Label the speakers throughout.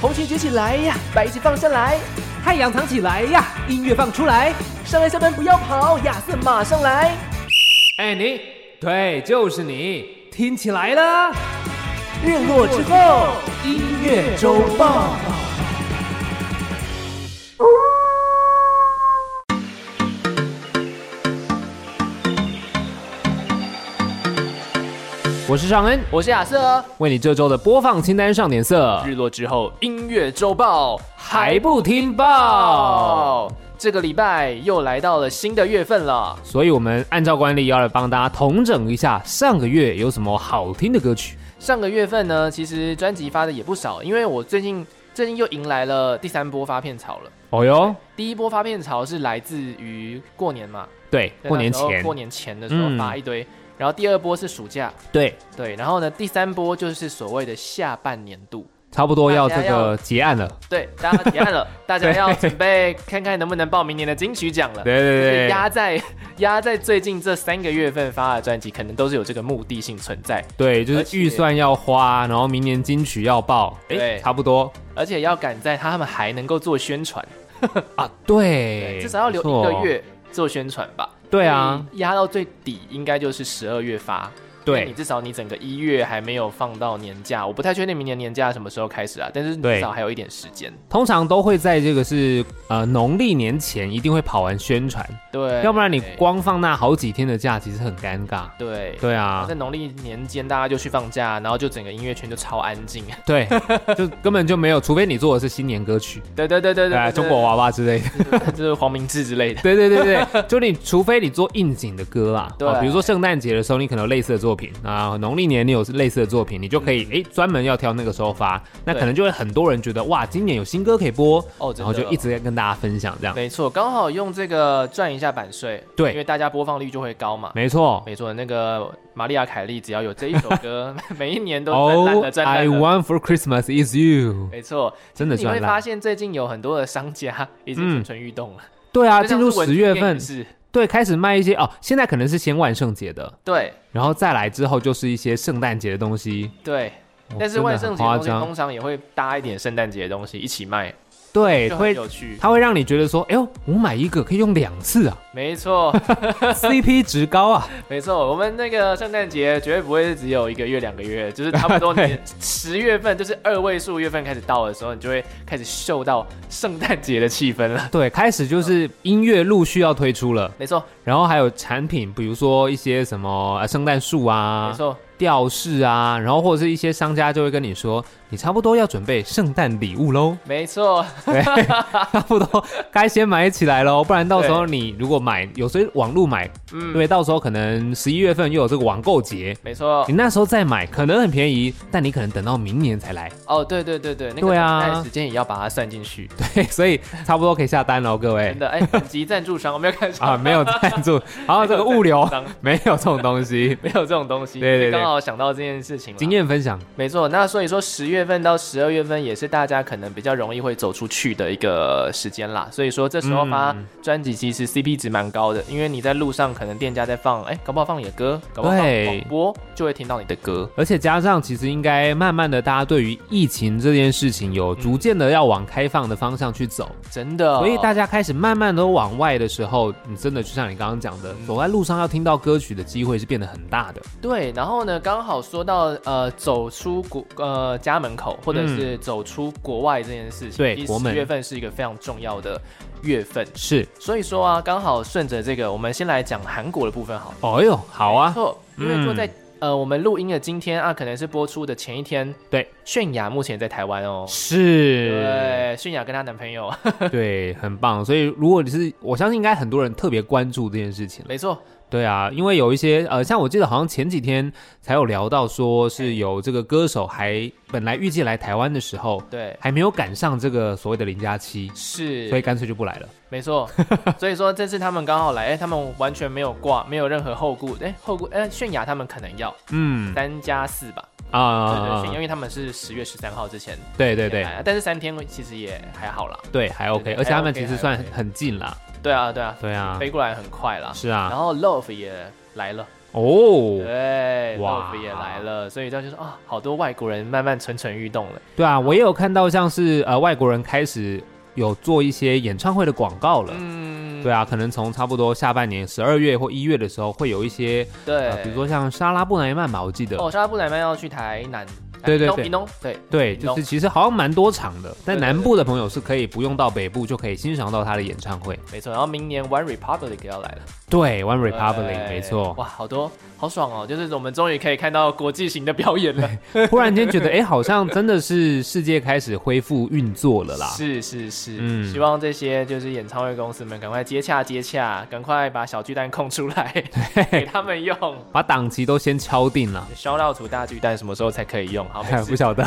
Speaker 1: 红裙举起来呀，白旗放下来，
Speaker 2: 太阳藏起来呀，音乐放出来。
Speaker 1: 上来下班不要跑，亚瑟马上来。
Speaker 2: 哎，你，对，就是你，听起来了。
Speaker 1: 日落之后，
Speaker 2: 音乐周报。我是尚恩，
Speaker 1: 我是亚瑟。
Speaker 2: 为你这周的播放清单上点色，
Speaker 1: 日落之后，音乐周报
Speaker 2: 还不听报？
Speaker 1: 哦，这个礼拜又来到了新的月份了。
Speaker 2: 所以我们按照惯例要来帮大家统整一下上个月有什么好听的歌曲。
Speaker 1: 上个月份呢，其实专辑发的也不少，因为我最近最近又迎来了第三波发片潮了。
Speaker 2: 哦哟，
Speaker 1: 第一波发片潮是来自于过年嘛，
Speaker 2: 对，
Speaker 1: 在那
Speaker 2: 过年
Speaker 1: 时候
Speaker 2: 前，
Speaker 1: 过年前的时候
Speaker 2: 嗯
Speaker 1: 发一堆，然后第二波是暑假，
Speaker 2: 对，
Speaker 1: 对，然后呢，第三波就是所谓的下半年度，
Speaker 2: 差不多要这
Speaker 1: 大家要
Speaker 2: 个结案了。
Speaker 1: 对，大家结案 了，大家
Speaker 2: 对
Speaker 1: 要准备看看能不能报明年的金曲奖了。
Speaker 2: 对对
Speaker 1: 就是
Speaker 2: 对，
Speaker 1: 压在压在最近这三个月份发的专辑，可能都是有这个目的性存在，
Speaker 2: 对，就
Speaker 1: 而且
Speaker 2: 是预算要花，然后明年金曲要报，
Speaker 1: 对
Speaker 2: 哎，差不多
Speaker 1: 而且要赶在他们还能够做宣传，
Speaker 2: 啊，对，
Speaker 1: 至少要留
Speaker 2: 不错哦
Speaker 1: 一个，月嗯做宣传吧。
Speaker 2: 对啊，
Speaker 1: 所以压到最底应该就是十二月发。那哎你
Speaker 2: 对
Speaker 1: 至少你整个一月还没有放到年假，我不太确定明年年假什么时候开始啊，但是
Speaker 2: 对
Speaker 1: 至少还有一点时间。
Speaker 2: 通常都会在这个是呃农历年前一定会跑完宣传，
Speaker 1: 对，
Speaker 2: 要不然你光放那好几天的假，其实很尴尬。
Speaker 1: 对。
Speaker 2: 对
Speaker 1: 然后
Speaker 2: 啊
Speaker 1: 在，农历年间，大家就去放假，然后就整个音乐圈就超安静。
Speaker 2: 对，就根本就没有，除非你做的是新年歌曲，
Speaker 1: 对对对对
Speaker 2: 对啊，
Speaker 1: 对，
Speaker 2: 中国娃娃之类的。
Speaker 1: 对就是黄明志之类的。
Speaker 2: 对对对对，就你除非你做应景的歌啦，
Speaker 1: 对
Speaker 2: 哦比如说圣诞节的时候你可能有类似的作品啊，农历年你有类似的作品，你就可
Speaker 1: 嗯
Speaker 2: 以诶专门要挑那个时候发，那
Speaker 1: 对
Speaker 2: 可能就会很多人觉得哇，今年有新歌可以播，
Speaker 1: 哦，真的
Speaker 2: 然后就一直在跟大家分享这样。
Speaker 1: 没错，刚好用这个赚一下版税，
Speaker 2: 对
Speaker 1: 因为大家播放率就会高嘛。
Speaker 2: 啊没错
Speaker 1: 没错，那个玛利亚凯莉只要有这一首 歌，每一年都赚烂
Speaker 2: ，All
Speaker 1: 了，赚烂
Speaker 2: Oh, I
Speaker 1: 了。
Speaker 2: want for Christmas is you，
Speaker 1: 没错，
Speaker 2: 真的
Speaker 1: 你会
Speaker 2: 赚
Speaker 1: 发
Speaker 2: 烂。
Speaker 1: 现最近有很多的商家已经蠢蠢欲动了。
Speaker 2: 对啊，
Speaker 1: 就
Speaker 2: 进
Speaker 1: 像
Speaker 2: 入
Speaker 1: 是文
Speaker 2: 十
Speaker 1: 具
Speaker 2: 月
Speaker 1: 店也
Speaker 2: 份，
Speaker 1: 是
Speaker 2: 对，开始卖一些哦，现在可能是先万圣节的，
Speaker 1: 对
Speaker 2: 然后再来之后就是一些圣诞节的东西。
Speaker 1: 对。
Speaker 2: 哦
Speaker 1: 但是
Speaker 2: 真的
Speaker 1: 万
Speaker 2: 很
Speaker 1: 圣节
Speaker 2: 夸
Speaker 1: 的东西
Speaker 2: 张，
Speaker 1: 通常也会搭一点圣诞节的东西一起卖，
Speaker 2: 对，
Speaker 1: 就很
Speaker 2: 会
Speaker 1: 有趣。
Speaker 2: 它会让你觉得说，哎呦，我买一个可以用两 次啊
Speaker 1: 没错，
Speaker 2: ，CP 值高啊。
Speaker 1: 没错，我们那个圣诞节绝对不会是只有一个月、两个月，就是差不 多
Speaker 2: 对
Speaker 1: 你十月份，就是二位数月份开始到的时候，你就会开始嗅到圣诞节的气氛了。
Speaker 2: 对，开始就是音乐陆续要推出了，
Speaker 1: 没错，
Speaker 2: 然后还有产品，比如说一些什么呃圣诞树
Speaker 1: 没
Speaker 2: 啊、
Speaker 1: 错，
Speaker 2: 吊饰啊，然后或者是一些商家就会跟你说，你差不多要准备圣诞礼物喽，
Speaker 1: 没错，
Speaker 2: 差不多该先买起来喽，不然到时候你如果买，有时候网络买，
Speaker 1: 嗯，
Speaker 2: 对，到时候可能十一月份又有这个网购节。
Speaker 1: 没错
Speaker 2: 你。那时候再买可能很便宜，但你可能等到明年才来，
Speaker 1: 哦，对对对对，那个
Speaker 2: 对啊
Speaker 1: 等待时间也要把它算进去。
Speaker 2: 对，所以差不多可以下单喽，各位
Speaker 1: 真。的，哎，本集赞助商我没有 看
Speaker 2: 啊，
Speaker 1: 上，
Speaker 2: 没有赞助，然后这个物流
Speaker 1: 商，
Speaker 2: 没有这种东西
Speaker 1: 没有这种东西。
Speaker 2: 对对对
Speaker 1: 刚好想到这件事情了。
Speaker 2: 经验分享，
Speaker 1: 没错，那所以说十月份到十二月份也是大家可能比较容易会走出去的一个时间啦。所以说这时候发
Speaker 2: 嗯
Speaker 1: 专辑其实 CP 值蛮高的，因为你在路上可能店家在放，哎，搞不好放你的歌，搞不好放
Speaker 2: 对
Speaker 1: 广播就会听到你的歌。
Speaker 2: 而且加上其实应该慢慢的，大家对于疫情这件事情有逐渐的要往开放的方向去走，
Speaker 1: 真的，哦
Speaker 2: 所以大家开始慢慢都往外的时候，你真的就像你刚刚讲的，
Speaker 1: 嗯
Speaker 2: 走在路上要听到歌曲的机会是变得很大的。
Speaker 1: 对，然后呢，刚好说到呃，走出国呃家门口，或者是走出国外这件事情，
Speaker 2: 嗯对
Speaker 1: 其实
Speaker 2: 国门
Speaker 1: 十月份是一个非常重要的月份，
Speaker 2: 是，
Speaker 1: 所以说啊，刚好顺着这个，我们先来讲韩国的部分好了。
Speaker 2: 哦哟，好
Speaker 1: 没
Speaker 2: 啊，
Speaker 1: 错，因为就
Speaker 2: 嗯
Speaker 1: 在、呃我们录音的今天啊，可能是播出的前一天，
Speaker 2: 对，
Speaker 1: 泫雅目前在台湾哦。
Speaker 2: 是，
Speaker 1: 对，泫雅跟她男朋友，
Speaker 2: 对，很棒。所以如果你是，我相信应该很多人特别关注这件事情了。
Speaker 1: 没错，
Speaker 2: 对啊，因为有一些呃，像我记得好像前几天才有聊到，说是有这个歌手还本来预计来台湾的时候，
Speaker 1: 对，
Speaker 2: 还没有赶上这个所谓的零加七，所以
Speaker 1: 是，
Speaker 2: 干脆就不来了。
Speaker 1: 没 错。所以说这次他们刚好来，哎、他们完全没有挂，没有任何后顾，哎、后顾，哎、泫雅他们可能要
Speaker 2: 嗯
Speaker 1: 三加四吧，对对
Speaker 2: 啊
Speaker 1: 对，因，为他们是十月十三号之前，
Speaker 2: 对对对，
Speaker 1: 但是三天其实也还好啦，
Speaker 2: 对还
Speaker 1: 对
Speaker 2: OK，
Speaker 1: 对
Speaker 2: 而且他
Speaker 1: 还
Speaker 2: 们
Speaker 1: OK，
Speaker 2: 其实
Speaker 1: 还
Speaker 2: 算
Speaker 1: OK
Speaker 2: 很近啦。
Speaker 1: 对啊对啊，
Speaker 2: 对啊，
Speaker 1: 飞过来很快啦，
Speaker 2: 是
Speaker 1: 然
Speaker 2: 啊，
Speaker 1: 后 Love 也来了，
Speaker 2: 哦，
Speaker 1: 对，
Speaker 2: 哇
Speaker 1: 豆腐也来了，所以这样就说啊，好多外国人慢慢蠢蠢欲动了。
Speaker 2: 对啊，我也有看到像是呃外国人开始有做一些演唱会的广告了。
Speaker 1: 嗯，
Speaker 2: 对啊，可能从差不多下半年十二月或一月的时候，会有一些
Speaker 1: 对、
Speaker 2: 呃，比如说像莎拉布莱曼吧，我记得，
Speaker 1: 哦，莎拉布莱曼要去台南，
Speaker 2: 对
Speaker 1: 屏
Speaker 2: 对
Speaker 1: 东
Speaker 2: 对
Speaker 1: 屏东对
Speaker 2: 对，
Speaker 1: No
Speaker 2: 就是其实好像蛮多场的，
Speaker 1: 嗯对
Speaker 2: 但
Speaker 1: 对
Speaker 2: 南部的朋友是可以不用到北部就可以欣赏到他的演唱会。
Speaker 1: 没错。然后明年 One Republic 要来了
Speaker 2: 对，One Republic，
Speaker 1: 对
Speaker 2: 没错。
Speaker 1: 哇，好多好爽哦！就是我们终于可以看到国际型的表演 了，
Speaker 2: 忽然间觉得，哎、好像真的是世界开始恢复运作了啦。
Speaker 1: 是是是，
Speaker 2: 嗯
Speaker 1: 希望这些就是演唱会公司们赶快接洽接洽，赶快把小巨蛋空出 来给他们用。
Speaker 2: 把档期都先敲定了，
Speaker 1: 烧料图大巨蛋什么时候才可以用？好，没
Speaker 2: 不
Speaker 1: 事，
Speaker 2: 晓得。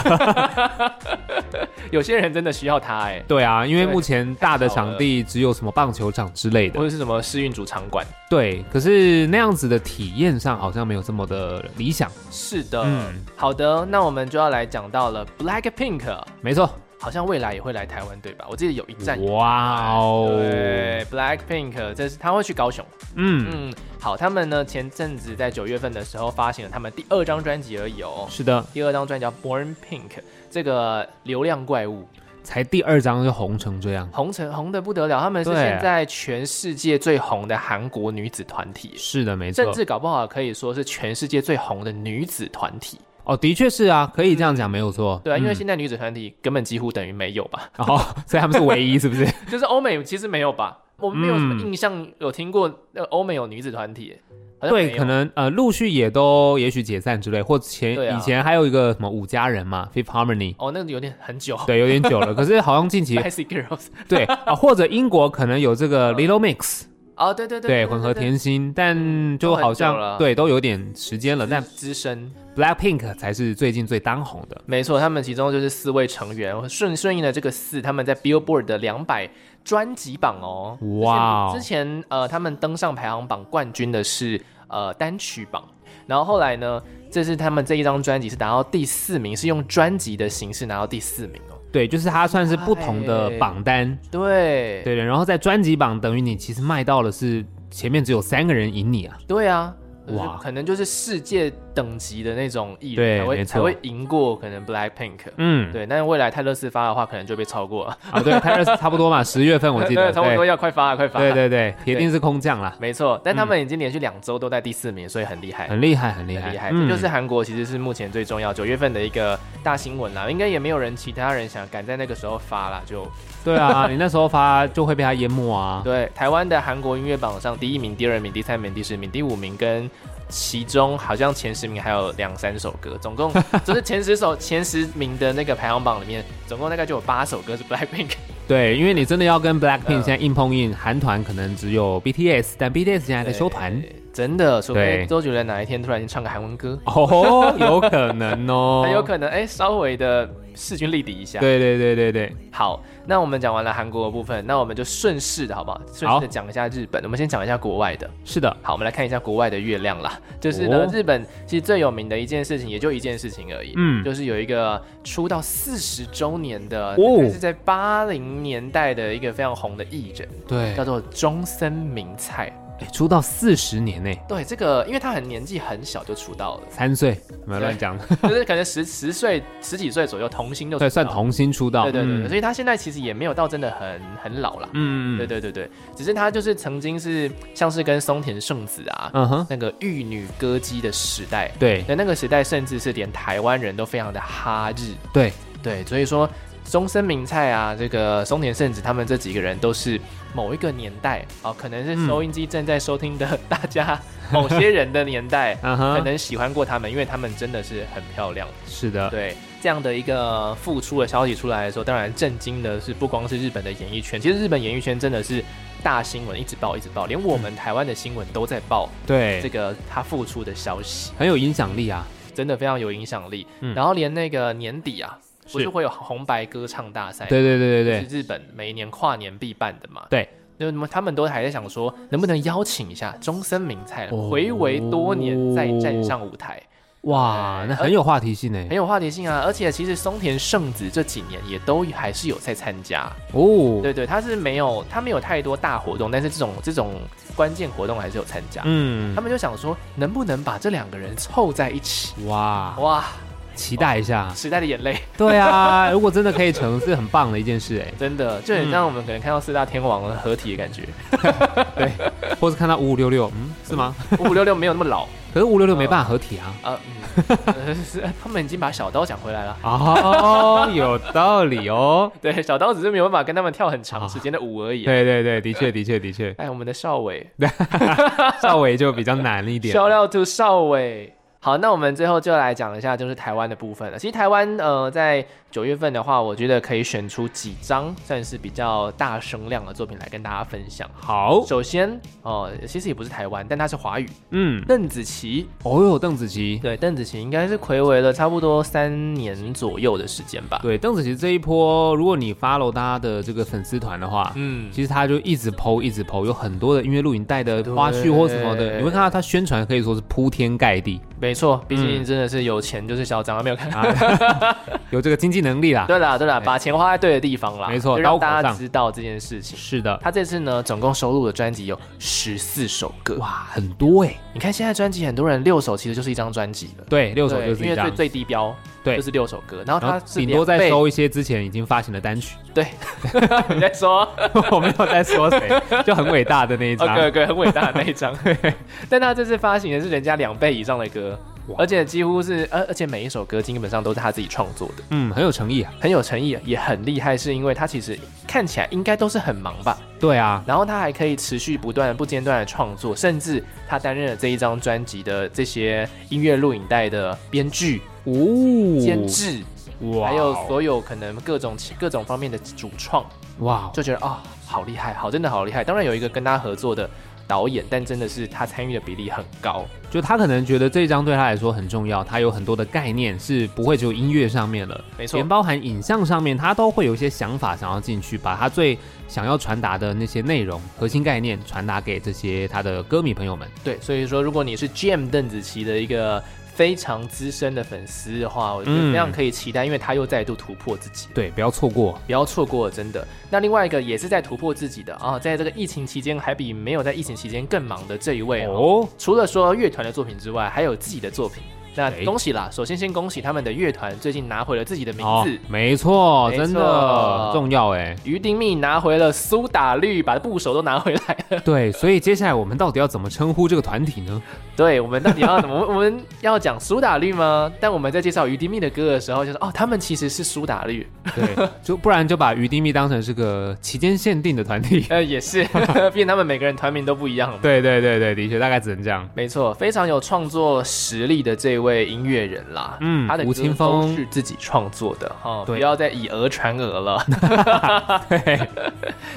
Speaker 1: 有些人真的需要它哎、
Speaker 2: 对啊，因为
Speaker 1: 对
Speaker 2: 目前大的
Speaker 1: 太吵了
Speaker 2: 场地只有什么棒球场之类
Speaker 1: 或
Speaker 2: 的，
Speaker 1: 者是什么试运主场馆？
Speaker 2: 对。可是那样子的体验上好像没有这么的理想。
Speaker 1: 是的，
Speaker 2: 嗯
Speaker 1: 好的，那我们就要来讲到了 Blackpink，
Speaker 2: 没错，
Speaker 1: 好像未来也会来台湾对吧？我记得有一站。
Speaker 2: 哇哦，
Speaker 1: 对，Blackpink，这是他会去高雄。
Speaker 2: 嗯，
Speaker 1: 嗯，好，他们呢前阵子在九月份的时候发行了他们第二张专辑而已哦。
Speaker 2: 是的，
Speaker 1: 第二张专辑叫《Born Pink》，这个流量怪物
Speaker 2: 才第二张就红成这样。
Speaker 1: 红成红的不得了，他们是
Speaker 2: 对
Speaker 1: 现在全世界最红的韩国女子团体，
Speaker 2: 是的，没
Speaker 1: 甚
Speaker 2: 错。
Speaker 1: 至搞不好可以说是全世界最红的女子团体。
Speaker 2: 哦，的确是啊，可以这样讲，没有错。
Speaker 1: 对啊，因为
Speaker 2: 嗯
Speaker 1: 现在女子团体根本几乎等于没有吧，
Speaker 2: 哦，所以他们是唯一，是不是？
Speaker 1: 就是欧美其实没有吧，我们没有什么
Speaker 2: 嗯
Speaker 1: 印象有听过呃欧美有女子团体，好像没
Speaker 2: 对，
Speaker 1: 有
Speaker 2: 可能呃，陆续也都也许解散之类，或前、
Speaker 1: 对啊
Speaker 2: 以前还有一个什么五家人嘛，Fifth Harmony，
Speaker 1: 哦，那个有点很久。
Speaker 2: 对，有点久 了。可是好像近期
Speaker 1: Spicy Girls
Speaker 2: 对啊、或者英国可能有这个 Little Mix，
Speaker 1: 哦，对嗯对嗯
Speaker 2: 对，混合天心，但就好
Speaker 1: 都很久了
Speaker 2: 像对都有点时间了，但
Speaker 1: 资深，
Speaker 2: Blackpink 才是最近最当红的。
Speaker 1: 没错，他们其中就是四位成员，顺顺应的这个四，他们在 Billboard 的两百专辑榜哦，
Speaker 2: 哇哦
Speaker 1: 之前之前呃，他们登上排行榜冠军的是呃单曲榜，然后后来呢，这是他们这一张专辑是达到第四名，是用专辑的形式拿到第四名哦，
Speaker 2: 对，就是它算是不同的
Speaker 1: 哎
Speaker 2: 榜单，
Speaker 1: 对
Speaker 2: 对然后在专辑榜等于你其实卖到了是前面只有三个人赢你啊，
Speaker 1: 对啊。
Speaker 2: 哇
Speaker 1: 哇，可能就是世界等级的那种艺人才
Speaker 2: 对
Speaker 1: 会
Speaker 2: 没错
Speaker 1: 才会赢过可能 Black Pink，、
Speaker 2: 嗯，
Speaker 1: 对，但是未来泰勒斯发的话，可能就被超过了。
Speaker 2: 啊，对 t y r s 差不多嘛，十月份我记
Speaker 1: 对
Speaker 2: 得，
Speaker 1: 差不多
Speaker 2: 对
Speaker 1: 要快发了，快发了。
Speaker 2: 对对对，铁定是空降啦，
Speaker 1: 没错，但他们已经连续两周都在第四名，所以很厉害。
Speaker 2: 嗯很厉害，很厉害，
Speaker 1: 很厉害，
Speaker 2: 嗯
Speaker 1: 这就是韩国其实是目前最重要九月份的一个大新闻啦，应该也没有人其他人想敢在那个时候发啦，就
Speaker 2: 对啊，你那时候发就会被他淹没啊，
Speaker 1: 对台湾的韩国音乐榜上第一名、第二名、第三名、第四名、第五名跟其中好像前十名还有两三首歌，总 共就是前十首前十名的那个排行榜里面，总共大概就有八首歌是 Blackpink
Speaker 2: 对，因为你真的要跟 Blackpink
Speaker 1: 嗯
Speaker 2: 现在硬碰硬，韩团可能只有 BTS，但 BTS 现在在休团。
Speaker 1: 对，真的，说不定
Speaker 2: 对
Speaker 1: 周杰伦哪一天突然间唱个韩文歌，
Speaker 2: 哦，有可能 哦，
Speaker 1: 很有可能哎、稍微的势均力敌一下。
Speaker 2: 对对对对对，
Speaker 1: 好，那我们讲完了韩国的部分，那我们就顺势的好不好？顺势
Speaker 2: 好
Speaker 1: 的讲一下日本，我们先讲一下国外的。
Speaker 2: 是的，
Speaker 1: 好，我们来看一下国外的月亮啦。就是呢，
Speaker 2: 哦
Speaker 1: 日本其实最有名的一件事情，也就一件事情而已，
Speaker 2: 嗯
Speaker 1: 就是有一个出道四十周年的，
Speaker 2: 哦
Speaker 1: 应该是在八零年代的一个非常红的艺人，
Speaker 2: 对
Speaker 1: 叫，做中森明菜。
Speaker 2: 哎出道四十年呢，
Speaker 1: 对，这个因为他很年纪很小就出道了，
Speaker 2: 三岁，没有乱讲，
Speaker 1: 就是可能十十岁、十几岁左右童星就出道
Speaker 2: 对， 算童星出道，
Speaker 1: 对对对对，
Speaker 2: 嗯
Speaker 1: 所以他现在其实也没有到真的很很老啦。
Speaker 2: 嗯，
Speaker 1: 对
Speaker 2: 对，
Speaker 1: 对对对，只是他就是曾经是像是跟松田圣子啊，
Speaker 2: 嗯哼，
Speaker 1: 那个玉女歌姬的时代，
Speaker 2: 对
Speaker 1: 对那个时代甚至是连台湾人都非常的哈日，
Speaker 2: 对，。
Speaker 1: 对，所以说中森明菜啊，这个松田圣子他们这几个人都是某一个年代哦，可能是收音机正在收听的大家某些人的年代 可
Speaker 2: 嗯哼，
Speaker 1: 能喜欢过他们，因为他们真的是很漂亮。
Speaker 2: 是的，
Speaker 1: 对这样的一个复出的消息出来的时候，当然震惊的是不光是日本的演艺圈，其实日本演艺圈真的是大新闻，一直报一直报，连我们台湾的新闻都在报这
Speaker 2: 对，
Speaker 1: 个他复出的消息，
Speaker 2: 很有影响力啊，
Speaker 1: 真的非常有影响力。
Speaker 2: 嗯
Speaker 1: 然后连那个年底啊，不是
Speaker 2: 是
Speaker 1: 会有红白歌唱大赛，
Speaker 2: 对对对对对，
Speaker 1: 是日本每一年跨年必办的嘛。
Speaker 2: 对。
Speaker 1: 那么他们都还在想说，能不能邀请一下中森明菜，
Speaker 2: 哦
Speaker 1: 回味多年再站上舞台。
Speaker 2: 哇，那很有话题性呢。
Speaker 1: 很有话题性啊。而且其实松田圣子这几年也都还是有在参加，
Speaker 2: 哦，
Speaker 1: 对对，他是没有他没有太多大活动，但是这种这种关键活动还是有参加。
Speaker 2: 嗯
Speaker 1: 他，们就想说，能不能把这两个人凑在一起？
Speaker 2: 哇，
Speaker 1: 哇，
Speaker 2: 期待一下。
Speaker 1: 时代的眼泪，
Speaker 2: 对啊，如果真的可以成，是很棒的一件事哎。
Speaker 1: 真的就很像我们可能看到四大天王的合体的感觉。
Speaker 2: 或是看到五五六六，嗯，是吗？
Speaker 1: 五五六六没有那么老
Speaker 2: 可是五五六六没办法合体啊。
Speaker 1: 啊、嗯呃是他们已经把小刀讲回来了。
Speaker 2: 哦，有道理哦。
Speaker 1: 对，小刀只是没有办法跟他们跳很长时间的舞而已。
Speaker 2: 对对对，的确的确的确，
Speaker 1: 哎，我们的少伟，
Speaker 2: 少伟就比较难一点。
Speaker 1: 笑料 to 少伟。好，那我们最后就来讲一下，就是台湾的部分了。其实台湾，呃，在九月份的话，我觉得可以选出几张算是比较大声量的作品来跟大家分享。
Speaker 2: 好，
Speaker 1: 首先，哦、其实也不是台湾，但它是华语，
Speaker 2: 嗯，
Speaker 1: 邓紫棋。
Speaker 2: 哦哟，邓紫棋，
Speaker 1: 对，邓紫棋应该是暌违了差不多三年左右的时间吧。
Speaker 2: 对，邓紫棋这一波，如果你 follow 她的这个粉丝团的话，
Speaker 1: 嗯，
Speaker 2: 其实她就一直 PO 一直 PO，有很多的音乐录影带的花絮或什么的，
Speaker 1: 对
Speaker 2: 你会看到她宣传可以说是铺天盖地
Speaker 1: 没错，毕竟真的是有钱就是嚣张，没有看。
Speaker 2: 啊，有这个经济能力啦。
Speaker 1: 对啦，对啦，把钱花在对的地方啦，
Speaker 2: 没错
Speaker 1: 就让
Speaker 2: 刀口
Speaker 1: 大家
Speaker 2: 上
Speaker 1: 知道这件事情。
Speaker 2: 是的，
Speaker 1: 他这次呢，总共收录的专辑有十四首歌。
Speaker 2: 哇，很多哎，
Speaker 1: 你看现在专辑，很多人六首其实就是一张专辑了，
Speaker 2: 对，六首
Speaker 1: 对
Speaker 2: 就是
Speaker 1: 因
Speaker 2: 一
Speaker 1: 为
Speaker 2: 张
Speaker 1: 最。最低标，
Speaker 2: 对
Speaker 1: 就是六首歌。然后
Speaker 2: 然
Speaker 1: 哦他
Speaker 2: 后
Speaker 1: 是
Speaker 2: 顶多
Speaker 1: 两
Speaker 2: 再
Speaker 1: 倍，
Speaker 2: 收一些之前已经发行的单曲，
Speaker 1: 对， 你在说
Speaker 2: 我没有在说 谁，就很伟大的那一张。
Speaker 1: OK OK，很伟大的那一 张。但他这次发行的是人家两倍以上的歌
Speaker 2: 哇，
Speaker 1: 而且几乎是，呃而而且每一首歌基本上都是他自己创作的，
Speaker 2: 嗯，很有诚意啊。
Speaker 1: 很有诚意，也很厉害，是因为他其实看起来应该都是很忙吧，
Speaker 2: 对啊，
Speaker 1: 然后他还可以持续不断、不间断的创作，甚至他担任了这一张专辑的这些音乐录影带的编剧、
Speaker 2: 哦，
Speaker 1: 监制，
Speaker 2: 哇，
Speaker 1: 哦
Speaker 2: 哦
Speaker 1: 还有所有可能各种各种方面的主创，
Speaker 2: 哇，哦
Speaker 1: 就觉得啊、好厉害，好真的好厉害。当然有一个跟他合作的导演，但真的是他参与的比例很高。
Speaker 2: 就他可能觉得这一张对他来说很重要，他有很多的概念是不会只有音乐上面了，
Speaker 1: 没错
Speaker 2: 连包含影像上面，他都会有一些想法想要进去，把他最想要传达的那些内容、核心概念传达给这些他的歌迷朋友们。
Speaker 1: 对，所以说如果你是 Jam 邓紫棋的一个非常资深的粉丝的话，我觉得非常可以期待，因为他又再度突破自己了。
Speaker 2: 对，不要错过。
Speaker 1: 不要错过了，真的。那另外一个也是在突破自己的啊，在这个疫情期间还比没有在疫情期间更忙的这一位哦，
Speaker 2: 哦，
Speaker 1: 除了说乐团的作品之外，还有自己的作品。那
Speaker 2: 哎
Speaker 1: 恭喜啦！首先先恭喜他们的乐团最近拿回了自己的名
Speaker 2: 哦
Speaker 1: 字，
Speaker 2: 没错，
Speaker 1: 没
Speaker 2: 真的
Speaker 1: 错
Speaker 2: 重要哎。
Speaker 1: 于丁密拿回了苏打绿，把部首都拿回来 了。
Speaker 2: 对，所以接下来我们到底要怎么称呼这个团体呢？
Speaker 1: 对我们到底要怎么？我们我们要讲苏打绿吗？但我们在介绍于丁密的歌的时候，就说哦，他们其实是苏打绿，
Speaker 2: 对， 就不然就把于丁密当成是个期间限定的团体。
Speaker 1: 呃，也是， 毕竟他们每个人团名都不一样嘛。
Speaker 2: 对对对对，的确大概只能这样。
Speaker 1: 没错，非常有创作实力的这位音乐人啦，
Speaker 2: 嗯
Speaker 1: 他的歌
Speaker 2: 吴青峰
Speaker 1: 都是自己创作的哈、哦，
Speaker 2: 对
Speaker 1: 不要再以讹传讹 了。
Speaker 2: 对，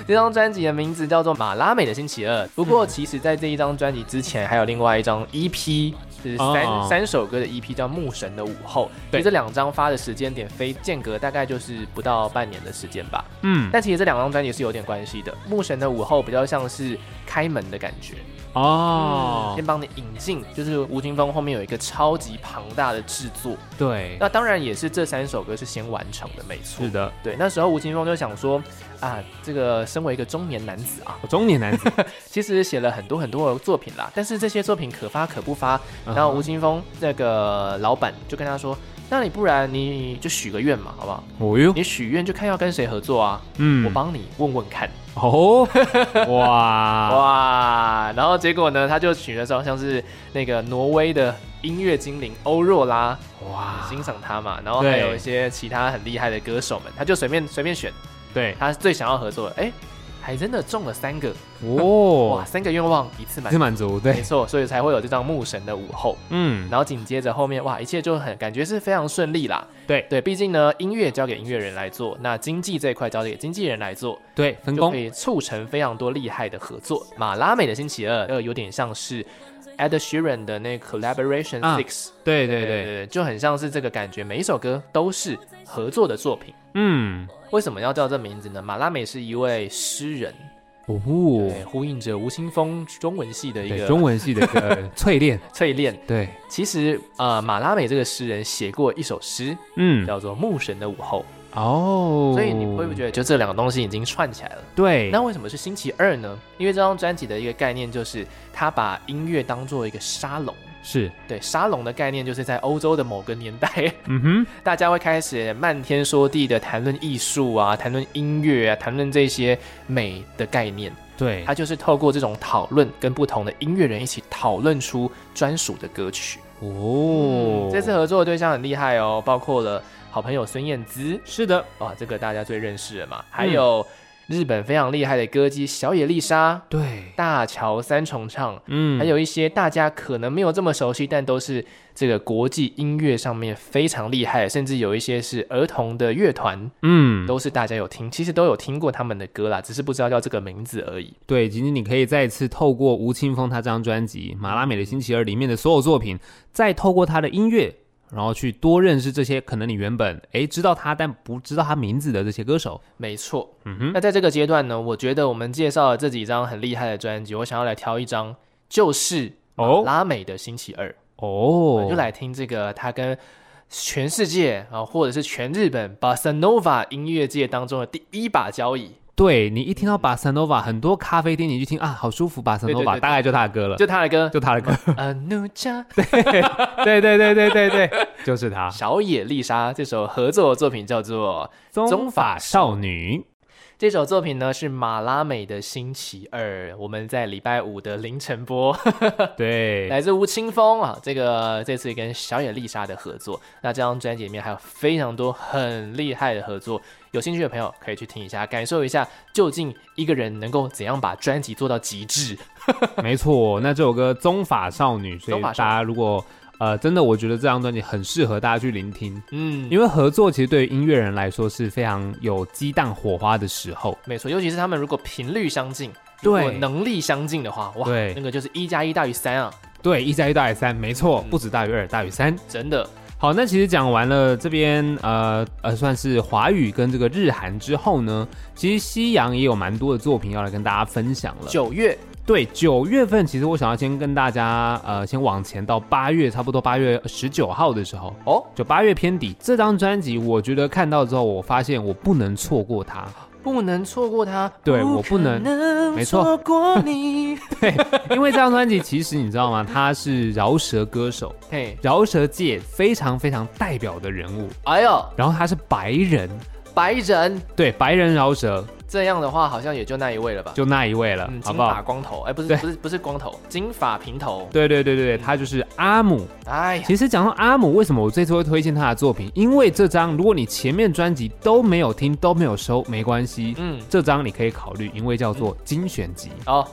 Speaker 1: 这张专辑的名字叫做《马拉美的星期二》，不过其实在这一张专辑之前，还有另外一张 EP。就是三、
Speaker 2: 哦
Speaker 1: 三首歌的 EP 叫《牧神的午后》，
Speaker 2: 对
Speaker 1: 其实这两张发的时间点非间隔大概就是不到半年的时间吧。
Speaker 2: 嗯，
Speaker 1: 但其实这两张专辑是有点关系的，《牧神的午后》比较像是开门的感觉，
Speaker 2: 哦，
Speaker 1: 嗯先帮你引进，就是吴青峰后面有一个超级庞大的制作，
Speaker 2: 对，
Speaker 1: 那当然也是这三首歌是先完成的，没错
Speaker 2: 是。的，
Speaker 1: 对，那时候吴青峰就想说，啊，这个身为一个中年男子啊，
Speaker 2: 中年男子，
Speaker 1: 其实写了很多很多的作品啦，但是这些作品可发可不
Speaker 2: 嗯
Speaker 1: 发。然后吴青峰那个老板就跟他说，那你不然你就许个愿嘛，好不好？
Speaker 2: 哦哟，
Speaker 1: 你许愿就看要跟谁合作啊，
Speaker 2: 嗯
Speaker 1: 我帮你问问看。
Speaker 2: 哦， 哇，
Speaker 1: 哇，然后结果呢，他就许的时候像是那个挪威的音乐精灵欧若拉，
Speaker 2: 哇，
Speaker 1: 欣赏他嘛，然后还
Speaker 2: 对
Speaker 1: 有一些其他很厉害的歌手们，他就随
Speaker 2: 嗯
Speaker 1: 便随便选
Speaker 2: 对，
Speaker 1: 他最想要合作的，哎，还真的中了三个，哇，
Speaker 2: 哦，
Speaker 1: 三个愿望一次满
Speaker 2: 是
Speaker 1: 足，
Speaker 2: 满足，
Speaker 1: 没
Speaker 2: 对，
Speaker 1: 错，所以才会有这张牧神的午后，
Speaker 2: 嗯，
Speaker 1: 然后紧接着后面哇，一切就很感觉是非常顺利啦，
Speaker 2: 对
Speaker 1: 对，毕竟呢，音乐交给音乐人来做，那经济这一块交给经纪人来做，
Speaker 2: 对，分
Speaker 1: 就可
Speaker 2: 工，
Speaker 1: 以促成非常多厉害的合作。马拉美的星期二，呃，有点像是 Ed Sheeran 的那个 Collaboration
Speaker 2: 啊
Speaker 1: Six，、
Speaker 2: 对对
Speaker 1: 对
Speaker 2: 对，
Speaker 1: 对，就很像是这个感觉，每一首歌都是合作的作品。
Speaker 2: 嗯，
Speaker 1: 为什么要叫这名字呢？马拉美是一位诗人，
Speaker 2: 哦，
Speaker 1: 对，呼应着吴青峰中文系的一
Speaker 2: 对，
Speaker 1: 个
Speaker 2: 中文系的一 个淬炼，
Speaker 1: 淬炼。
Speaker 2: 对，
Speaker 1: 其实，呃，马拉美这个诗人写过一首诗，
Speaker 2: 嗯，
Speaker 1: 叫做《牧神的午后》，
Speaker 2: 哦，
Speaker 1: 所以你会不会觉得就这两个东西已经串起来了？
Speaker 2: 对？
Speaker 1: 那为什么是星期二呢？因为这张专辑的一个概念就是，他把音乐当做一个沙龙。
Speaker 2: 是，
Speaker 1: 对沙龙的概念，就是在欧洲的某个年代，
Speaker 2: 嗯哼，
Speaker 1: 大家会开始漫天说地的谈论艺术啊，谈论音乐啊，谈论这些美的概念。
Speaker 2: 对，
Speaker 1: 它就是透过这种讨论，跟不同的音乐人一起讨论出专属的歌曲。嗯
Speaker 2: 哦，
Speaker 1: 这次合作的对象很厉害哦，包括了好朋友孙燕姿，
Speaker 2: 是的，
Speaker 1: 哇，这个大家最认识了嘛，还有日本非常厉害的歌姬小野丽莎、
Speaker 2: 对，
Speaker 1: 大桥三重唱，
Speaker 2: 嗯，
Speaker 1: 还有一些大家可能没有这么熟悉，但都是这个国际音乐上面非常厉害，甚至有一些是儿童的乐团，
Speaker 2: 嗯，
Speaker 1: 都是大家有听，其实都有听过他们的歌啦，只是不知道叫这个名字而已。
Speaker 2: 对，仅仅你可以再一次透过吴青峰他这张专辑《马拉美的星期二》里面的所有作品，再透过他的音乐，然后去多认识这些可能你原本诶知道他但不知道他名字的这些歌手。
Speaker 1: 没错，
Speaker 2: 嗯哼，
Speaker 1: 那在这个阶段呢，我觉得我们介绍了这几张很厉害的专辑，我想要来挑一张，就是
Speaker 2: 哦
Speaker 1: 拉美的星期二，我
Speaker 2: 哦
Speaker 1: 们就来听这个他跟全世界啊，或者是全日本 bossa nova 音乐界当中的第一把交椅，
Speaker 2: 对你一听到巴塞诺瓦，很多咖啡厅你去听啊，好舒服，巴塞
Speaker 1: 对
Speaker 2: 诺
Speaker 1: 对
Speaker 2: 瓦，
Speaker 1: 对
Speaker 2: 大概就他的歌了，
Speaker 1: 就他的歌
Speaker 2: 就他的 歌，
Speaker 1: 呃努加
Speaker 2: 对对对对对对， 就 是他。
Speaker 1: 小野丽莎这首合作的作品叫做
Speaker 2: 宗法少女，
Speaker 1: 这首作品呢是马拉美的星期二，我们在礼拜五的凌晨播，
Speaker 2: 对，
Speaker 1: 来自吴青峰啊，这个这次跟小野丽莎的合作，那这张专辑里面还有非常多很厉害的合作，有兴趣的朋友可以去听一下，感受一下究竟一个人能够怎样把专辑做到极致。
Speaker 2: 没错，那这首歌《宗法少女》，所以
Speaker 1: 宗
Speaker 2: 大
Speaker 1: 法少女
Speaker 2: 家如果呃真的，我觉得这张专辑很适合大家去聆听，
Speaker 1: 嗯，
Speaker 2: 因为合作其实对于音乐人来说是非常有激荡火花的时候。
Speaker 1: 没错，尤其是他们如果频率相近，如
Speaker 2: 对
Speaker 1: 果能力相近的话，哇，
Speaker 2: 对
Speaker 1: 那个就是一加一大于三啊，
Speaker 2: 对，一加一大于三，没错，
Speaker 1: 嗯
Speaker 2: 不止大于二，大于三。
Speaker 1: 真的，
Speaker 2: 好，那其实讲完了这边呃呃，算是华语跟这个日韩之后呢，其实西洋也有蛮多的作品要来跟大家分享了。
Speaker 1: 九月
Speaker 2: 对，九月份其实我想要先跟大家呃，先往前到八月，差不多八月十九号的时候，
Speaker 1: 哦，
Speaker 2: 就八月偏底这张专辑，我觉得看到之后，我发现我不能错过它。
Speaker 1: 不能错过他，
Speaker 2: 对我不能
Speaker 1: 能
Speaker 2: 没错
Speaker 1: 错过你。
Speaker 2: 因为这张专辑其实你知道吗？他是饶舌歌手，
Speaker 1: 嘿，
Speaker 2: 饶舌界非常非常代表的人物。
Speaker 1: 哎呦，
Speaker 2: 然后他是白人，
Speaker 1: 白人
Speaker 2: 对白人饶舌
Speaker 1: 这样的话，好像也就那一位了吧？
Speaker 2: 就那一位了，
Speaker 1: 嗯，
Speaker 2: 好
Speaker 1: 金
Speaker 2: 不
Speaker 1: 发
Speaker 2: 好？
Speaker 1: 光头，哎，不是
Speaker 2: 对
Speaker 1: 不是不是光头，金发平头。
Speaker 2: 对对对对对，他就是阿姆。
Speaker 1: 哎呀，
Speaker 2: 其实讲到阿姆，为什么我这次会推荐他的作品？因为这张，如果你前面专辑都没有听都没有收，没关系，
Speaker 1: 嗯，
Speaker 2: 这张你可以考虑，因为叫做精选集。
Speaker 1: 哦，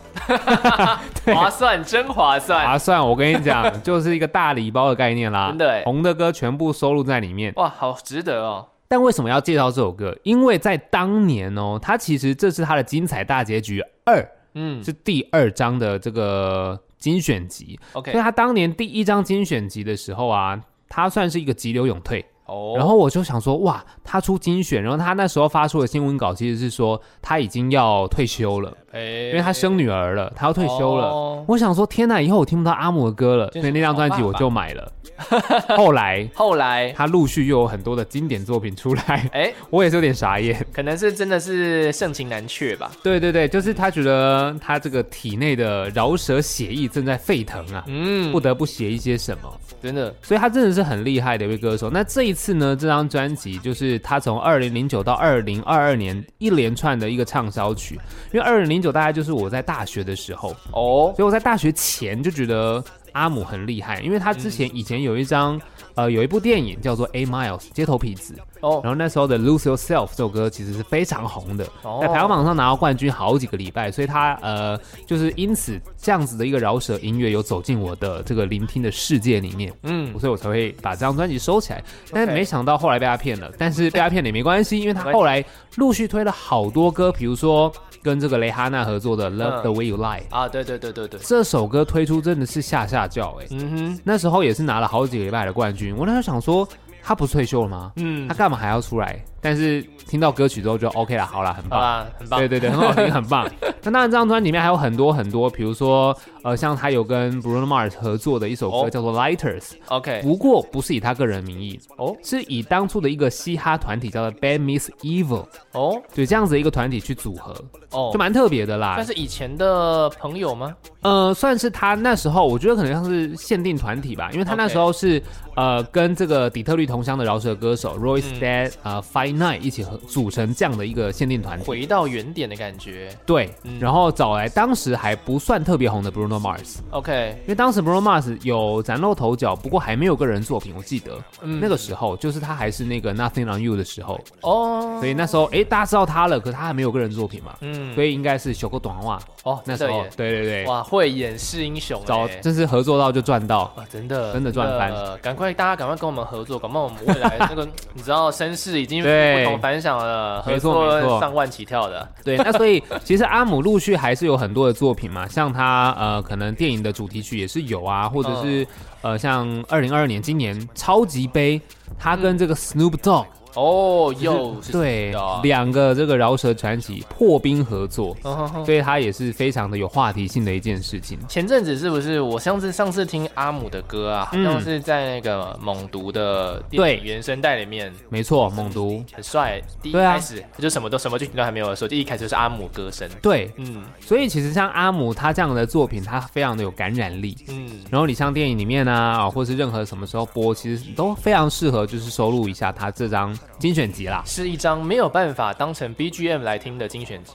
Speaker 1: 划算，真划算，
Speaker 2: 划啊算，我跟你 讲，就是一个大礼包的概念啦。
Speaker 1: 哎真的欸
Speaker 2: 红的歌全部收录在里面。
Speaker 1: 哇，好值得哦。
Speaker 2: 但为什么要介绍这首歌？因为在当年哦，它其实这是它的精彩大结局二，
Speaker 1: 嗯
Speaker 2: 是第二章的这个精选集。所以
Speaker 1: ，OK，
Speaker 2: 它当年第一章精选集的时候啊，它算是一个急流勇退。
Speaker 1: 哦，
Speaker 2: 然后我就想说，哇，他出精选，然后他那时候发出的新闻稿其实是说他已经要退休了，
Speaker 1: 哎，哦
Speaker 2: 因
Speaker 1: 因
Speaker 2: 为他生女儿了，他要退休了。
Speaker 1: 了，
Speaker 2: 我想说，天哪，以后我听不到阿姆的歌了，
Speaker 1: 真是
Speaker 2: 所以那张专辑我就买了。 后来
Speaker 1: 后来，
Speaker 2: 他陆续又有很多的经典作品出来，
Speaker 1: 哎，
Speaker 2: 我也是有点傻眼。
Speaker 1: 可能是真的是盛情难却吧。
Speaker 2: 对对对，就是他觉得他这个体内的饶舌血液正在沸腾啊，
Speaker 1: 嗯
Speaker 2: 不，得不写一些什么。
Speaker 1: 真的，
Speaker 2: 所以他真的是很厉害的一位歌手。那这一次呢，这张专辑就是他从二零零九到二零二二年一连串的一个畅销曲，因为二零零九大概就是我在大学的时候，
Speaker 1: 哦，
Speaker 2: 所以我在大学前就觉得阿姆很厉害，因为他之前以前有一张呃有一部电影叫做《A Miles》街头痞子，
Speaker 1: 哦，
Speaker 2: 然后那时候的《Lose Yourself》这首歌其实是非常红的，
Speaker 1: 哦
Speaker 2: 在排行榜上拿到冠军好几个礼拜，所以他呃就是因此这样子的一个饶舌音乐有走进我的这个聆听的世界里面。
Speaker 1: 嗯，
Speaker 2: 所以我才会把这张专辑收起来。但是没想到后来被他骗了，但是被他骗了也没关系，因为他后来陆续推了好多歌，比如说跟这个蕾哈娜合作的《Love the Way You Lie》
Speaker 1: 啊，对对对对对，
Speaker 2: 这首歌推出真的是吓吓叫哎、
Speaker 1: 嗯哼，
Speaker 2: 那时候也是拿了好几个礼拜的冠军。我那时候想说，他不退休了吗？
Speaker 1: 嗯
Speaker 2: 他，干嘛还要出来？但是听到歌曲之后就 OK 了，好了，很
Speaker 1: 好
Speaker 2: 棒。
Speaker 1: 啦，啊很棒
Speaker 2: 对。对对，很好听，很 棒。那当然，这张专辑里面还有很多很多，比如说，呃，像他有跟 Bruno Mars 合作的一首歌
Speaker 1: 哦
Speaker 2: 叫做《Lighters》，
Speaker 1: OK，
Speaker 2: 不过不是以他个人名义，
Speaker 1: 哦
Speaker 2: 是以当初的一个嘻哈团体叫做 Bad Miss Evil，
Speaker 1: 哦
Speaker 2: 对这样子一个团体去组合，就
Speaker 1: 哦，
Speaker 2: 蛮特别的啦
Speaker 1: 算。是以前的朋友吗？
Speaker 2: 呃，算是他那时候，我觉得可能像是限定团体吧，因为他那时候是呃跟这个底特律同乡的饶舌歌手 Royce
Speaker 1: 嗯
Speaker 2: Dad 呃 Five Nine 一起合组成这样的一个限定团体。
Speaker 1: 回到原点的感觉。
Speaker 2: 对，
Speaker 1: 嗯
Speaker 2: 然后找来当时还不算特别红的 Bruno Mars，
Speaker 1: OK，
Speaker 2: 因为当时 Bruno Mars 有崭露头角，不过还没有个人作品，我记得、
Speaker 1: 嗯
Speaker 2: 那个时候就是他还是那个 Nothing on You 的时候，
Speaker 1: 哦
Speaker 2: 所，以那时候哎大家知道他了，可是他还没有个人作品嘛，
Speaker 1: 嗯，
Speaker 2: 所以应该是小狗短袜
Speaker 1: 哦，
Speaker 2: 那时
Speaker 1: 真的
Speaker 2: 候，
Speaker 1: 耶
Speaker 2: 对对对，
Speaker 1: 哇，会演示英雄
Speaker 2: 找
Speaker 1: 欸
Speaker 2: 真是合作到就赚到。
Speaker 1: 哇，真的
Speaker 2: 真的赚翻
Speaker 1: 呃赶快大家赶快跟我们合作，赶快我们未来那 个你知道声势已经
Speaker 2: 对
Speaker 1: 不同凡响了，
Speaker 2: 没
Speaker 1: 合
Speaker 2: 错没错
Speaker 1: 作上万起跳的。
Speaker 2: 对，那 所以其实阿姆陆续还是有很多的作品嘛，像他呃，可能电影的主题曲也是有啊，或者是、
Speaker 1: 哦
Speaker 2: 呃，像二零二二年今年超级杯，他跟这个 Snoop Dogg，、
Speaker 1: 哦，嗯又是
Speaker 2: 对
Speaker 1: 的啊，
Speaker 2: 两个这个饶舌传奇破冰合作，
Speaker 1: 嗯哼哼
Speaker 2: 所以他也是非常的有话题性的一件事情。
Speaker 1: 前阵子是不是我上次上次听阿姆的歌啊，好
Speaker 2: 嗯
Speaker 1: 像是在那个猛毒的电
Speaker 2: 对
Speaker 1: 影原声带里面，
Speaker 2: 没错，猛毒，
Speaker 1: 很帅。第一
Speaker 2: 对啊
Speaker 1: 开始就什么都什么剧情都还没有的时候，就一开始就是阿姆歌声。
Speaker 2: 对，
Speaker 1: 嗯
Speaker 2: 所以其实像阿姆他这样的作品，他非常的有感染力。
Speaker 1: 嗯，
Speaker 2: 然后你像电影里面啊，啊或是任何什么时候播，其实都非常适合，就是收录一下他这张精选集 啦。
Speaker 1: 是一张没有办法当成 BGM 来听的精选集。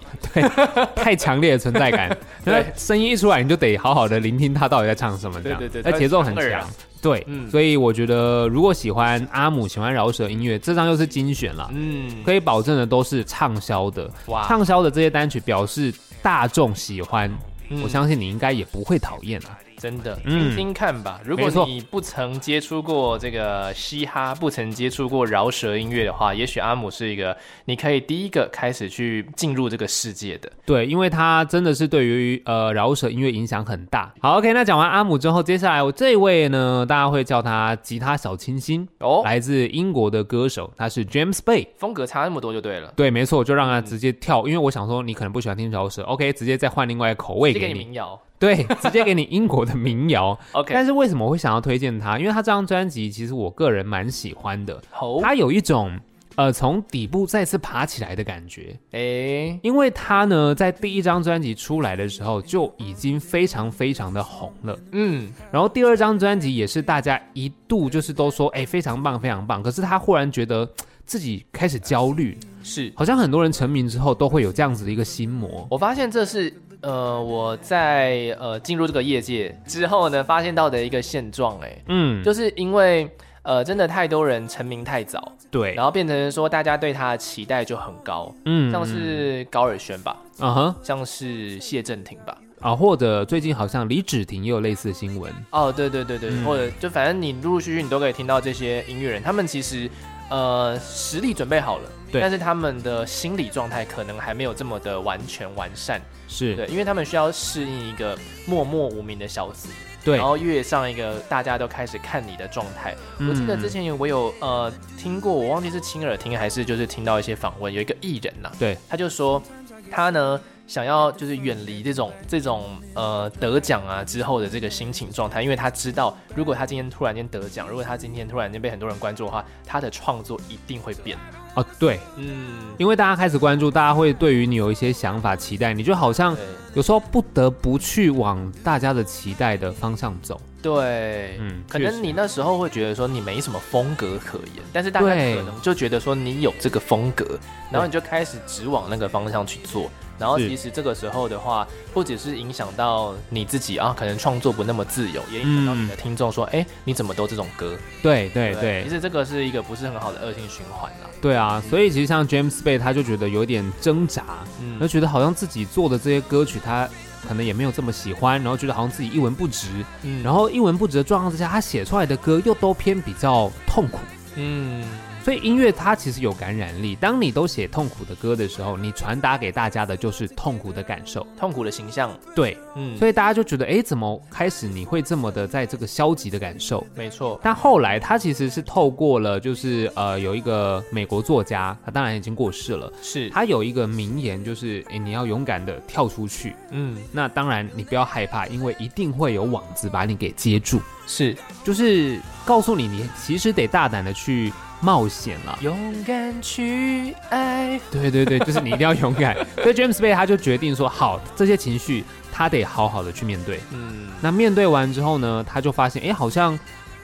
Speaker 2: 太强烈的存在感，因为声音一出来，你就得好好的聆听他到底在唱什么，这样，
Speaker 1: 对对对
Speaker 2: 那节奏很
Speaker 1: 当然
Speaker 2: 强
Speaker 1: 啊，
Speaker 2: 对，
Speaker 1: 嗯
Speaker 2: 所以我觉得如果喜欢阿姆，喜欢饶舌音乐，这张又是精选了，
Speaker 1: 嗯，
Speaker 2: 可以保证的都是畅销的，
Speaker 1: 哇
Speaker 2: 畅销的这些单曲表示大众喜欢，
Speaker 1: 嗯
Speaker 2: 我相信你应该也不会讨厌啊，
Speaker 1: 真的，
Speaker 2: 嗯
Speaker 1: 听听看吧。如
Speaker 2: 没错
Speaker 1: 果你不曾接触过这个嘻哈，不曾接触过饶舌音乐的话，也许阿姆是一个你可以第一个开始去进入这个世界的。
Speaker 2: 对，因为他真的是对于呃饶舌音乐影响很大。好，OK，那讲完阿姆之后，接下来我这一位呢，大家会叫他吉他小清新，
Speaker 1: 哦，
Speaker 2: 来自英国的歌手，他是 James Bay。
Speaker 1: 风格差那么多就对了，
Speaker 2: 对，没错，我就让他直接跳，因为我想说你可能不喜欢听饶舌，OK，直接再换另外一个口味
Speaker 1: 这个
Speaker 2: 给
Speaker 1: 你
Speaker 2: 你，
Speaker 1: 民谣。
Speaker 2: 对，直接给你英国的 民谣。
Speaker 1: OK，
Speaker 2: 但是为什么我会想要推荐他？因为他这张专辑其实我个人蛮喜欢的，
Speaker 1: 好，
Speaker 2: 他有一种呃从底部再次爬起来的感觉。
Speaker 1: 哎，
Speaker 2: 因为他呢在第一张专辑出来的时候就已经非常非常的红了，
Speaker 1: 嗯，
Speaker 2: 然后第二张专辑也是大家一度就是都说哎非常棒非常棒，可是他忽然觉得嘖自己开始焦虑，
Speaker 1: 是
Speaker 2: 好像很多人成名之后都会有这样子的一个心魔。
Speaker 1: 我发现这是呃我在呃进入这个业界之后呢，发现到的一个现状，哎，
Speaker 2: 嗯，
Speaker 1: 就是因为呃真的太多人成名太早，
Speaker 2: 对，
Speaker 1: 然后变成说大家对他的期待就很高。
Speaker 2: 嗯
Speaker 1: 像是高尔宣吧，
Speaker 2: 啊哈
Speaker 1: 像是谢震廷吧。
Speaker 2: 啊，或者最近好像李芷婷也有类似的新闻，
Speaker 1: 哦，对对对对，
Speaker 2: 嗯
Speaker 1: 或者就反正你陆陆续续你都可以听到这些音乐人，他们其实呃实力准备好了，
Speaker 2: 对
Speaker 1: 但是他们的心理状态可能还没有这么的完全完善，
Speaker 2: 是
Speaker 1: 对，因为他们需要适应一个默默无名的小子，
Speaker 2: 对
Speaker 1: 然后跃上一个大家都开始看你的状态。我记得
Speaker 2: 嗯
Speaker 1: 之前有我有呃听过，我忘记是亲耳听还是就是听到一些访问，有一个艺人呐、
Speaker 2: 对，
Speaker 1: 他就说他呢想要就是远离这种这种呃得奖啊之后的这个心情状态，因为他知道如果他今天突然间得奖，如果他今天突然间被很多人关注的话，他的创作一定会变。
Speaker 2: 哦对，
Speaker 1: 嗯，
Speaker 2: 因为大家开始关注，大家会对于你有一些想法期待，你就好像
Speaker 1: 对
Speaker 2: 有时候不得不去往大家的期待的方向走。
Speaker 1: 对，
Speaker 2: 嗯，
Speaker 1: 可
Speaker 2: 确
Speaker 1: 能
Speaker 2: 实
Speaker 1: 你那时候会觉得说你没什么风格可言，但是大家
Speaker 2: 对
Speaker 1: 可能就觉得说你有这个风格，然后你就开始直往那个方向去做。然后
Speaker 2: 是
Speaker 1: 其实这个时候的话，不只是影响到你自己啊，可能创作不那么自由，也影响到你的听众说，哎、你怎么都这种歌？
Speaker 2: 对对
Speaker 1: 不
Speaker 2: 哎对
Speaker 1: 其实这个是一个不是很好的恶性循环啦。
Speaker 2: 对啊，所以其实像 James Bay 他就觉得有点挣扎，就
Speaker 1: 嗯，
Speaker 2: 觉得好像自己做的这些歌曲他可能也没有这么喜欢，然后觉得好像自己一文不值，
Speaker 1: 嗯
Speaker 2: 然后一文不值的状况之下，他写出来的歌又都偏比较痛苦，
Speaker 1: 嗯，
Speaker 2: 所所以音乐它其实有感染力。当你都写痛苦的歌的时候，你传达给大家的就是痛苦的感受。
Speaker 1: 痛苦的形象，
Speaker 2: 对，
Speaker 1: 嗯，
Speaker 2: 所以大家就觉得，哎，怎么开始你会这么的在这个消极的感受？
Speaker 1: 没错，
Speaker 2: 但后来他其实是透过了，就是呃，有一个美国作家，他当然已经过世了，
Speaker 1: 是，
Speaker 2: 他有一个名言，就是诶你要勇敢的跳出去。
Speaker 1: 嗯，
Speaker 2: 那当然你不要害怕，因为一定会有网子把你给接住，
Speaker 1: 是
Speaker 2: 就是告诉你，你其实得大胆的去冒险了。
Speaker 1: 勇敢去爱，
Speaker 2: 对对对，就是你一定要勇敢。所以 James Bay 他就决定说，好，这些情绪他得好好的去面对。
Speaker 1: 嗯，
Speaker 2: 那面对完之后呢，他就发现，哎，好像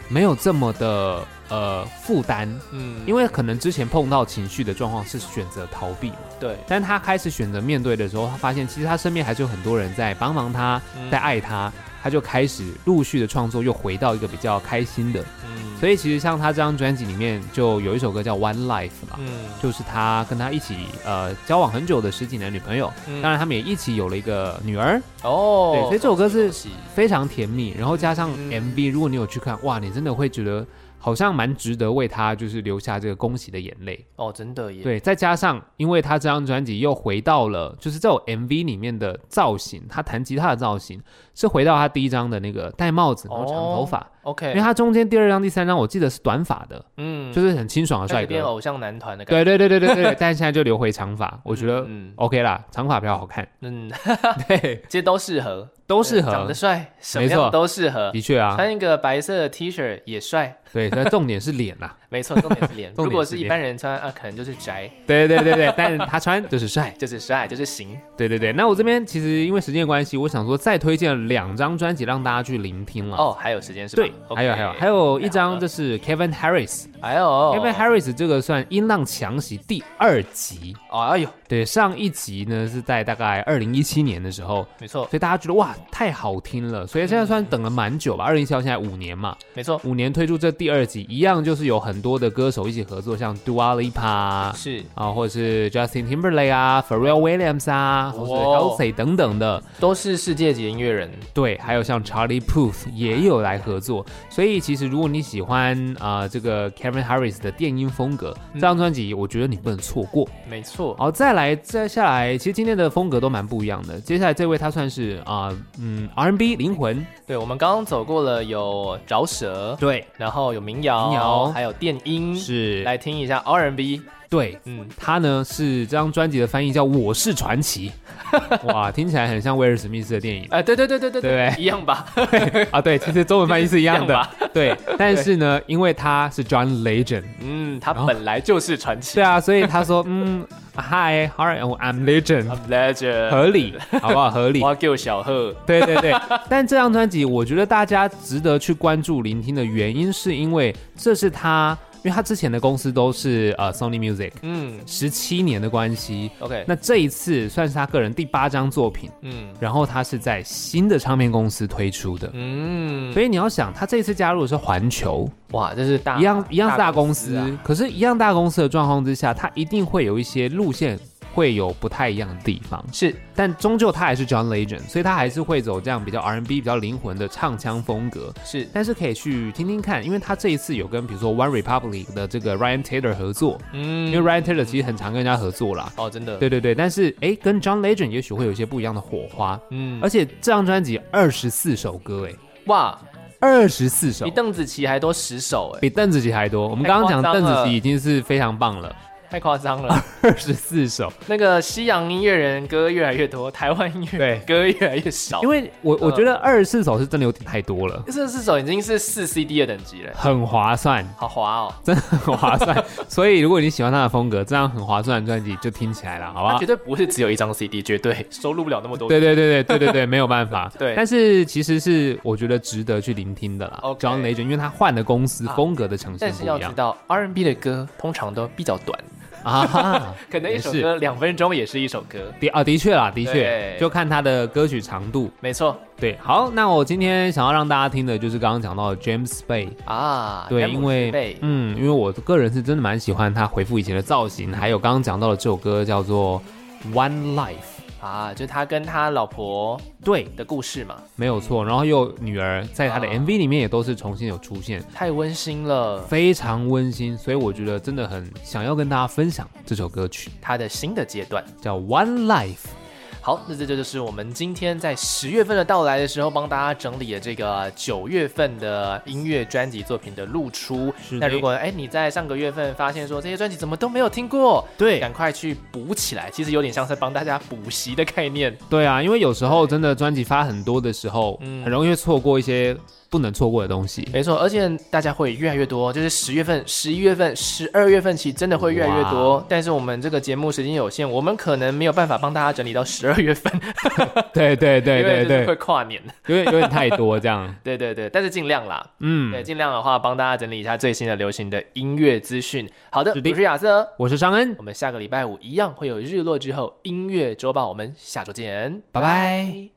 Speaker 2: 没有这么的呃负担，
Speaker 1: 嗯，
Speaker 2: 因为可能之前碰到情绪的状况是选择逃避嘛，
Speaker 1: 对，
Speaker 2: 但他开始选择面对的时候，他发现其实他身边还是有很多人在帮忙他，
Speaker 1: 嗯
Speaker 2: 在爱他，他就开始陆续的创作，又回到一个比较开心的。
Speaker 1: 嗯，
Speaker 2: 所以其实像他这张专辑里面就有一首歌叫《One Life》嘛，
Speaker 1: 嗯，
Speaker 2: 就是他跟他一起呃交往很久的十几年的女朋友，
Speaker 1: 嗯
Speaker 2: 当然他们也一起有了一个女儿，
Speaker 1: 哦，
Speaker 2: 对，所以这首歌是
Speaker 1: 是
Speaker 2: 非常甜蜜，然后加上
Speaker 1: 嗯
Speaker 2: MV，如果你有去看，哇，你真的会觉得好像蛮值得为他就是留下这个恭喜的眼泪。
Speaker 1: 哦，真的耶，
Speaker 2: 对，再加上因为他这张专辑又回到了，就是这首 MV 里面的造型，他弹吉他的造型是回到他第一张的那个戴帽子，然后长头发，
Speaker 1: 哦
Speaker 2: 因为
Speaker 1: ，OK，
Speaker 2: 他中间第二张、第三张我记得是短发的，
Speaker 1: 嗯，
Speaker 2: 就是是很清爽的帅
Speaker 1: 变
Speaker 2: 哥。
Speaker 1: 偶像男团的感觉，
Speaker 2: 对对对对对对， 但是现在就留回长发，我觉得哦
Speaker 1: 嗯
Speaker 2: OK 啦，长发比较好看，
Speaker 1: 嗯，
Speaker 2: 对，
Speaker 1: 其实都适合，
Speaker 2: 都适
Speaker 1: 长
Speaker 2: 合
Speaker 1: 得，帅，什么
Speaker 2: 没错
Speaker 1: 样都适合，
Speaker 2: 的确啊，
Speaker 1: 穿一个白色的 T 恤也帅。
Speaker 2: 对，但重点是脸啊啦，
Speaker 1: 没错，重点是脸。
Speaker 2: 重
Speaker 1: 如
Speaker 2: 点是
Speaker 1: 果是一
Speaker 2: 脸
Speaker 1: 般人穿啊，可能就是宅，
Speaker 2: 对对对对，但是他穿就是帅。
Speaker 1: 就是帅，就是型。
Speaker 2: 对对对，那我这边其实因为时间的关系，我想说再推荐两张专辑让大家去聆听了。
Speaker 1: 哦，还有时间是吧？
Speaker 2: 嗯对，还有还有还
Speaker 1: 有
Speaker 2: 有一张
Speaker 1: 了
Speaker 2: 就是 Kevin Harris，Kevin、
Speaker 1: 还有哦
Speaker 2: Harris 这个算音浪强袭第二集，
Speaker 1: 哦，哎呦，
Speaker 2: 对，上一集呢是在大概二零一七年的时候，
Speaker 1: 没错
Speaker 2: 所以大家觉得哇太好听了，所以现在算等了蛮久吧，二零一七到现在五年嘛，
Speaker 1: 没错，
Speaker 2: 五年推出这第二集，一样就是有很多的歌手一起合作，像 Dua Lipa，
Speaker 1: 是
Speaker 2: 啊，或者是 Justin Timberlake 啊，Pharrell Williams 啊，或
Speaker 1: 哦
Speaker 2: 是 Halsey 等等的，
Speaker 1: 都是世界级音乐人。
Speaker 2: 对，还有像 Charlie Puth 也有来合作。所以其实如果你喜欢啊、这个 Kevin Harris 的电音风格，这张专辑我觉得你不能错过。
Speaker 1: 没错，
Speaker 2: 好，再来，再下来，其实今天的风格都蛮不一样的。接下来这位他算是啊、嗯，R&B 灵魂，
Speaker 1: 对我们刚刚走过了有饶舌，
Speaker 2: 对，
Speaker 1: 然后有民谣，
Speaker 2: 民谣
Speaker 1: 还有电音，
Speaker 2: 是，
Speaker 1: 来听一下 R&B。
Speaker 2: 嗯对。
Speaker 1: 嗯，
Speaker 2: 他呢是这张专辑的翻译叫《我是传奇》，哇，听起来很像威尔史密斯的电影。
Speaker 1: 哎，对对对对对
Speaker 2: 对
Speaker 1: 一样吧？
Speaker 2: 啊，对，其实中文翻 译是一样
Speaker 1: 一样
Speaker 2: 的，对。但是呢，因为他是 John Legend，
Speaker 1: 嗯，他
Speaker 2: 然后
Speaker 1: 本来就是传奇
Speaker 2: 对啊，所以他说，嗯，Hi，Hi，I'm Legend，
Speaker 1: ，I'm Legend，
Speaker 2: 合理，好不好？合理。
Speaker 1: 花 Q 小贺，
Speaker 2: 对对对，但这张专辑，我觉得大家值得去关注、聆听的原因，是因为这是他，因为他之前的公司都是呃 Sony Music
Speaker 1: 嗯
Speaker 2: 十七年的关系，
Speaker 1: ，OK，
Speaker 2: 那这一次算是他个人第八张作品，
Speaker 1: 嗯
Speaker 2: 然后他是在新的唱片公司推出的，
Speaker 1: 嗯，
Speaker 2: 所以你要想，他这次加入的是环球，
Speaker 1: 哇，这是大
Speaker 2: 一样一样是大公
Speaker 1: 大
Speaker 2: 司，
Speaker 1: 啊
Speaker 2: 可是，一样大公司的状况之下，它一定会有一些路线会有不太一样的地方，
Speaker 1: 是
Speaker 2: 但终究它还是 John Legend，所以它还是会走这样比较 R&B、比较灵魂的唱腔风格。
Speaker 1: 是，
Speaker 2: 但是可以去听听看，因为他这一次有跟比如说 One Republic 的这个 Ryan Taylor 合作，
Speaker 1: 嗯
Speaker 2: 因为 Ryan Taylor 其实很常跟人家合作啦。
Speaker 1: 哦，真的，
Speaker 2: 对对对，但是哎，跟 John Legend 也许会有一些不一样的火花。
Speaker 1: 嗯，
Speaker 2: 而且这张专辑二十四首歌，哎，
Speaker 1: 哇，
Speaker 2: 二十四首
Speaker 1: 比，邓紫棋还多十首哎、
Speaker 2: 比邓紫棋还多。我们刚刚讲
Speaker 1: 太夸张
Speaker 2: 邓
Speaker 1: 了
Speaker 2: 紫棋已经是非常棒了，
Speaker 1: 太夸张了。
Speaker 2: 二十四首。
Speaker 1: 那个西洋音乐人歌越来越多，台湾音乐人歌越来越少，
Speaker 2: 因
Speaker 1: 为
Speaker 2: 为我我
Speaker 1: 嗯
Speaker 2: 觉得二十四首是真的有点太多了，
Speaker 1: 这四首已经是四 CD 的等级了，
Speaker 2: 很划算，
Speaker 1: 好滑哦。
Speaker 2: 真的很划算。所以如果你喜欢他的风格，这张很划算的专辑就听起来了，好
Speaker 1: 它
Speaker 2: 吧
Speaker 1: 绝？对不是只有一张 CD，绝啊对收录不了那么多。
Speaker 2: 对对对对对对 对，没有办法。
Speaker 1: 对
Speaker 2: 但是其实是我觉得值得去聆听的啦。
Speaker 1: OK
Speaker 2: John Legend，因为他换的公司
Speaker 1: 啊
Speaker 2: 风格的呈现
Speaker 1: 但
Speaker 2: 不
Speaker 1: 是
Speaker 2: 一
Speaker 1: 要知
Speaker 2: 样
Speaker 1: 道，R&B 的歌通常都比较短，
Speaker 2: 啊。
Speaker 1: 可能一首
Speaker 2: 也是
Speaker 1: 歌两分钟也是一首歌。
Speaker 2: 的啊，的确啦，的确
Speaker 1: 对，
Speaker 2: 就看他的歌曲长度。
Speaker 1: 没错
Speaker 2: 对，好，那我今天想要让大家听的就是刚刚讲到的 James Bay，
Speaker 1: 啊，
Speaker 2: 对，
Speaker 1: 詹姆
Speaker 2: 因
Speaker 1: 斯
Speaker 2: 为
Speaker 1: 贝
Speaker 2: 嗯，因为我个人是真的蛮喜欢他回复以前的造型，还有刚刚讲到的这首歌叫做《One Life》，
Speaker 1: 啊，就是他跟他老婆
Speaker 2: 对，
Speaker 1: 的故事嘛，
Speaker 2: 没有错。然后又有女儿在他的
Speaker 1: 啊
Speaker 2: MV 里面也都是重新有出现，
Speaker 1: 太温馨了。
Speaker 2: 非常温馨，所以我觉得真的很想要跟大家分享这首歌曲，
Speaker 1: 他的新的阶段。
Speaker 2: 叫《One Life》。
Speaker 1: 好，那这就是我们今天在十月份的到来的时候，帮大家整理了这个九月份的音乐专辑作品的露出。
Speaker 2: 是的
Speaker 1: 那如果哎你在上个月份发现说这些专辑怎么都没有听过，
Speaker 2: 对
Speaker 1: 赶快去补起来。其实有点像是帮大家补习的概念。
Speaker 2: 对啊，因为有时候真的专辑发很多的时候，
Speaker 1: 嗯
Speaker 2: 很容易会错过一些不能错过的东西。
Speaker 1: 没错，而且大家会越来越多，就是十月份、十一月份、十二月份起真的会越来越多。但是我们这个节目时间有限，我们可能没有办法帮大家整理到十二月份，
Speaker 2: 对对对对
Speaker 1: 因为就是会
Speaker 2: 对，
Speaker 1: 跨年。
Speaker 2: 有点有点太多这样。
Speaker 1: 对对对，但是尽量啦，对，
Speaker 2: 嗯，
Speaker 1: 尽量的话帮大家整理一下最新的流行的音乐资讯。好的，
Speaker 2: 是的
Speaker 1: 我是亚瑟，
Speaker 2: 我是尚恩，
Speaker 1: 我们下个礼拜五一样会有日落之后音乐周报，我们下周见，
Speaker 2: 拜拜